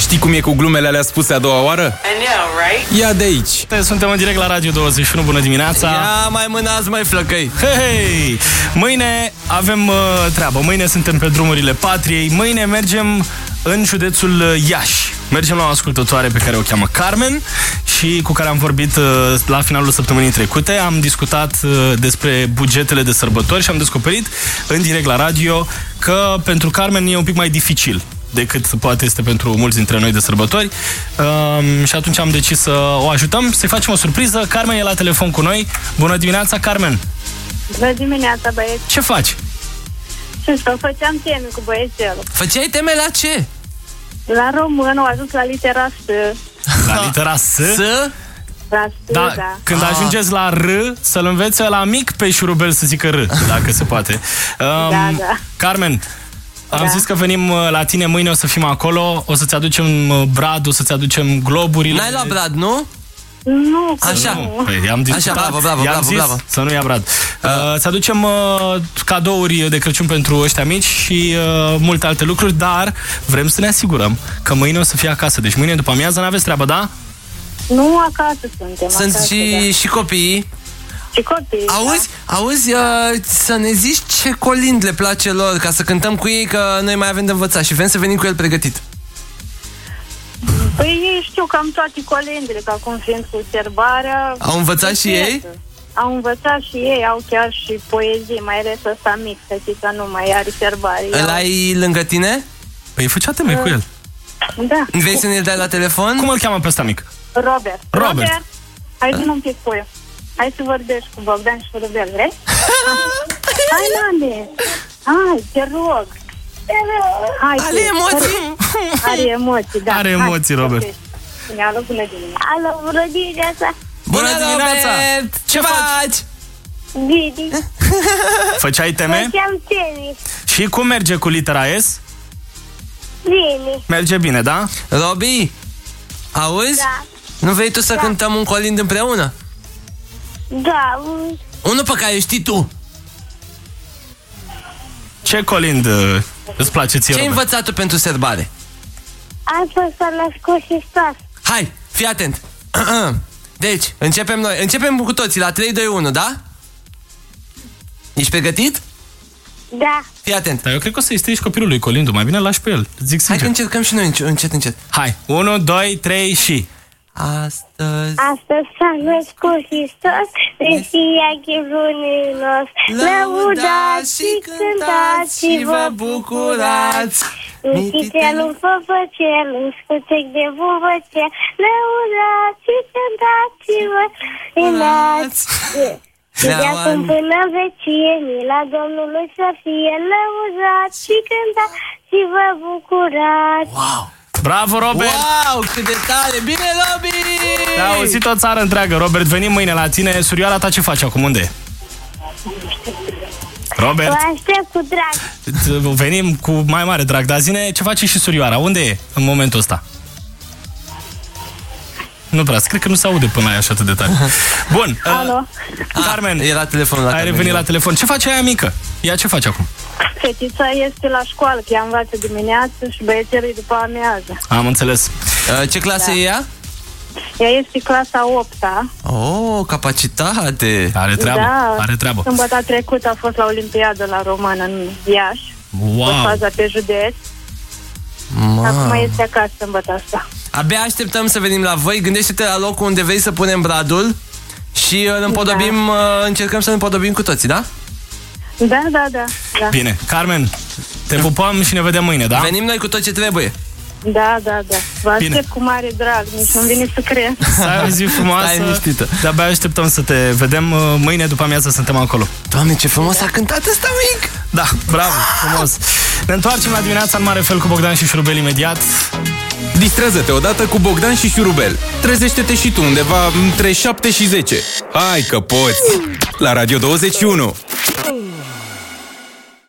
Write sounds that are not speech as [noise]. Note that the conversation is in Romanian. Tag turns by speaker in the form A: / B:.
A: Știi cum e cu glumele alea spuse a doua oară?
B: I know, right?
A: Ia de aici!
C: Suntem în direct la Radio 21, bună dimineața!
A: Ia mai mânați, mai flăcăi!
C: Hei! Mâine avem uh, treabă. Mâine suntem pe drumurile patriei. Mâine mergem în județul uh, Iași. Mergem la o ascultătoare pe care o cheamă Carmen și cu care am vorbit uh, la finalul săptămânii trecute. Am discutat uh, despre bugetele de sărbători și am descoperit în direct la radio că pentru Carmen e un pic mai dificil decât poate este pentru mulți dintre noi de sărbători um, și atunci am decis să o ajutăm, să-i facem o surpriză. Carmen e la telefon cu noi. Bună dimineața, Carmen!
D: Bună dimineața, băieți!
C: Ce faci?
D: Ce să făceam teme cu băiețelul.
A: Făceai teme la ce?
D: La român au ajuns la litera S.
C: La litera S?
A: Să?
D: La S,
C: Da,
D: da.
C: când
A: Ah.
C: ajungeți la R, să-l înveți la mic pe șurubel să zică R, dacă se poate. Um,
D: Da, da.
C: Carmen, am
D: Da.
C: zis că venim uh, la tine, mâine o să fim acolo, o să-ți aducem uh, bradul, o să-ți aducem globurile.
A: N-ai la brad, nu?
D: Nu, că
A: Așa.
D: nu.
C: Păi, am discutat,
A: Așa, bravo, bravo,
C: i-am
A: bravo,
C: zis
A: bravo. Da.
C: să nu ia brad. Uh, îți aducem uh, cadouri de Crăciun pentru ăștia mici și uh, multe alte lucruri, dar vrem să ne asigurăm că mâine o să fie acasă. Deci mâine după amiază n-aveți treabă, da?
D: Nu acasă suntem.
A: Sunt
D: acasă,
A: și, și copiii.
D: Da. Și copii.
A: Auzi, auzi, uh, să ne zici ce colind le place lor ca să cântăm cu ei că noi mai avem de învățat și vrem să venim cu el pregătit.
D: Da? Păi ei știu cam toate colendele, că acum fiind cu serbarea...
A: Au învățat și ei?
D: Au învățat și ei, au chiar și poezii, mai ales ăsta mic, fetița nu mai are serbare.
A: Îl ai lângă tine?
C: Păi făcea teme
D: Uh.
C: cu el.
D: Da,
A: Vrei să ne-l dai la telefon?
C: Cum îl cheamă pe ăsta mic?
D: Robert.
C: Robert.
D: hai să un pic puiu. Hai să vorbești cu Bogdan și Rubel,
C: [laughs]
D: vrei? Hai, mame! Hai, te rog! Te rog! Hai,
A: Ale
D: te-
A: emoții!
D: Are emoții, da.
C: Are emoții, Robert.
D: Bine, alo, bună dimineața. Alo, bună dimineața.
A: Bună
C: Bună
A: dimineața!
C: dimineața!
A: Ce faci?
D: Didi,
C: Făceai teme?
D: am tenis.
C: Și cum merge cu litera S?
D: Bine.
C: Merge bine, da?
A: Robi, auzi? Nu vrei tu să cântăm un colind împreună?
D: Da,
A: Unul pe care știi tu.
C: Ce colind uh, îți place ție,
A: Ce ai
C: Robert?
A: învățat tu pentru serbare?
D: astăzi s-a născut și stas.
A: Hai, fii atent. [clears throat] Deci, începem noi. Începem cu toții la 3, 2, 1, da? Ești pregătit?
D: Da.
A: Fii atent.
C: Dar eu cred că o să-i strici copilul lui Colindu, mai bine îl lași pe el. Zic
A: Hai că
C: sincer.
A: încercăm și noi înce- încet, încet.
C: Hai, 1, 2, 3 și...
A: Astăzi...
D: Astăzi s-a născut Hristos, Mesia ghivunii nos. Lăudați și cântați și vă bucurați. Mititelul vă văcel, un scutec de vuvăcel. Lăudați și cântați și vă bucurați. Și de acum până în vecie, mila Domnului să fie lăudați și cântați și vă bucurați.
A: Wow!
C: Bravo, Robert!
A: Wow, cât de tare! Bine, Robi!
C: Te-a auzit o țară întreagă, Robert. Venim mâine la tine. Surioara ta ce face acum? Unde e? Robert,
D: aștept cu drag.
C: t- venim cu mai mare drag, dar zine ce face și surioara. Unde e în momentul ăsta? Nu prea, cred că nu se aude până la așa atât de tare. Bun, uh,
D: Alo.
C: Carmen,
A: E la Ah, telefonul la
C: ai
A: Carmen.
C: revenit la telefon. Ce face aia mică? Ea ce face acum?
D: Fetița este la școală, că ea învață dimineață și băiețelul e după amiază.
C: Am înțeles.
A: Uh, Ce clasă e ea?
D: Ea este clasa 8 -a.
A: Oh, capacitate!
C: Are treabă,
D: Da.
C: are treabă.
D: Sâmbătă trecută a fost la Olimpiadă la Romană în Iași, wow.
C: Wow!
D: faza pe județ. Acum
A: Ma.
D: este acasă sâmbătă asta.
A: Abia așteptăm să venim la voi. Gândește-te la locul unde vrei să punem bradul și îl împodobim, da. încercăm să îl împodobim cu toții, da?
D: Da, da, da. Da,
C: Bine, Carmen, te pupăm și ne vedem mâine, da?
A: Venim noi cu tot ce trebuie.
D: da, da. da. Vă
C: Bine.
D: aștept cu mare drag, nici nu-mi vine să cred.
C: [laughs] Să ai o
A: [laughs]
C: zi frumoasă.
A: Stai liniștită.
C: De-abia așteptăm să te vedem. uh, Mâine după amiază suntem acolo.
A: Doamne, ce frumos a cântat ăsta mic!
C: Da, bravo, frumos. Ne întoarcem la dimineața în mare fel cu Bogdan și Șurubel imediat.
E: Distrează-te odată cu Bogdan și Șurubel. Trezește-te și tu undeva între 7 și 10. Hai că poți! La Radio 21!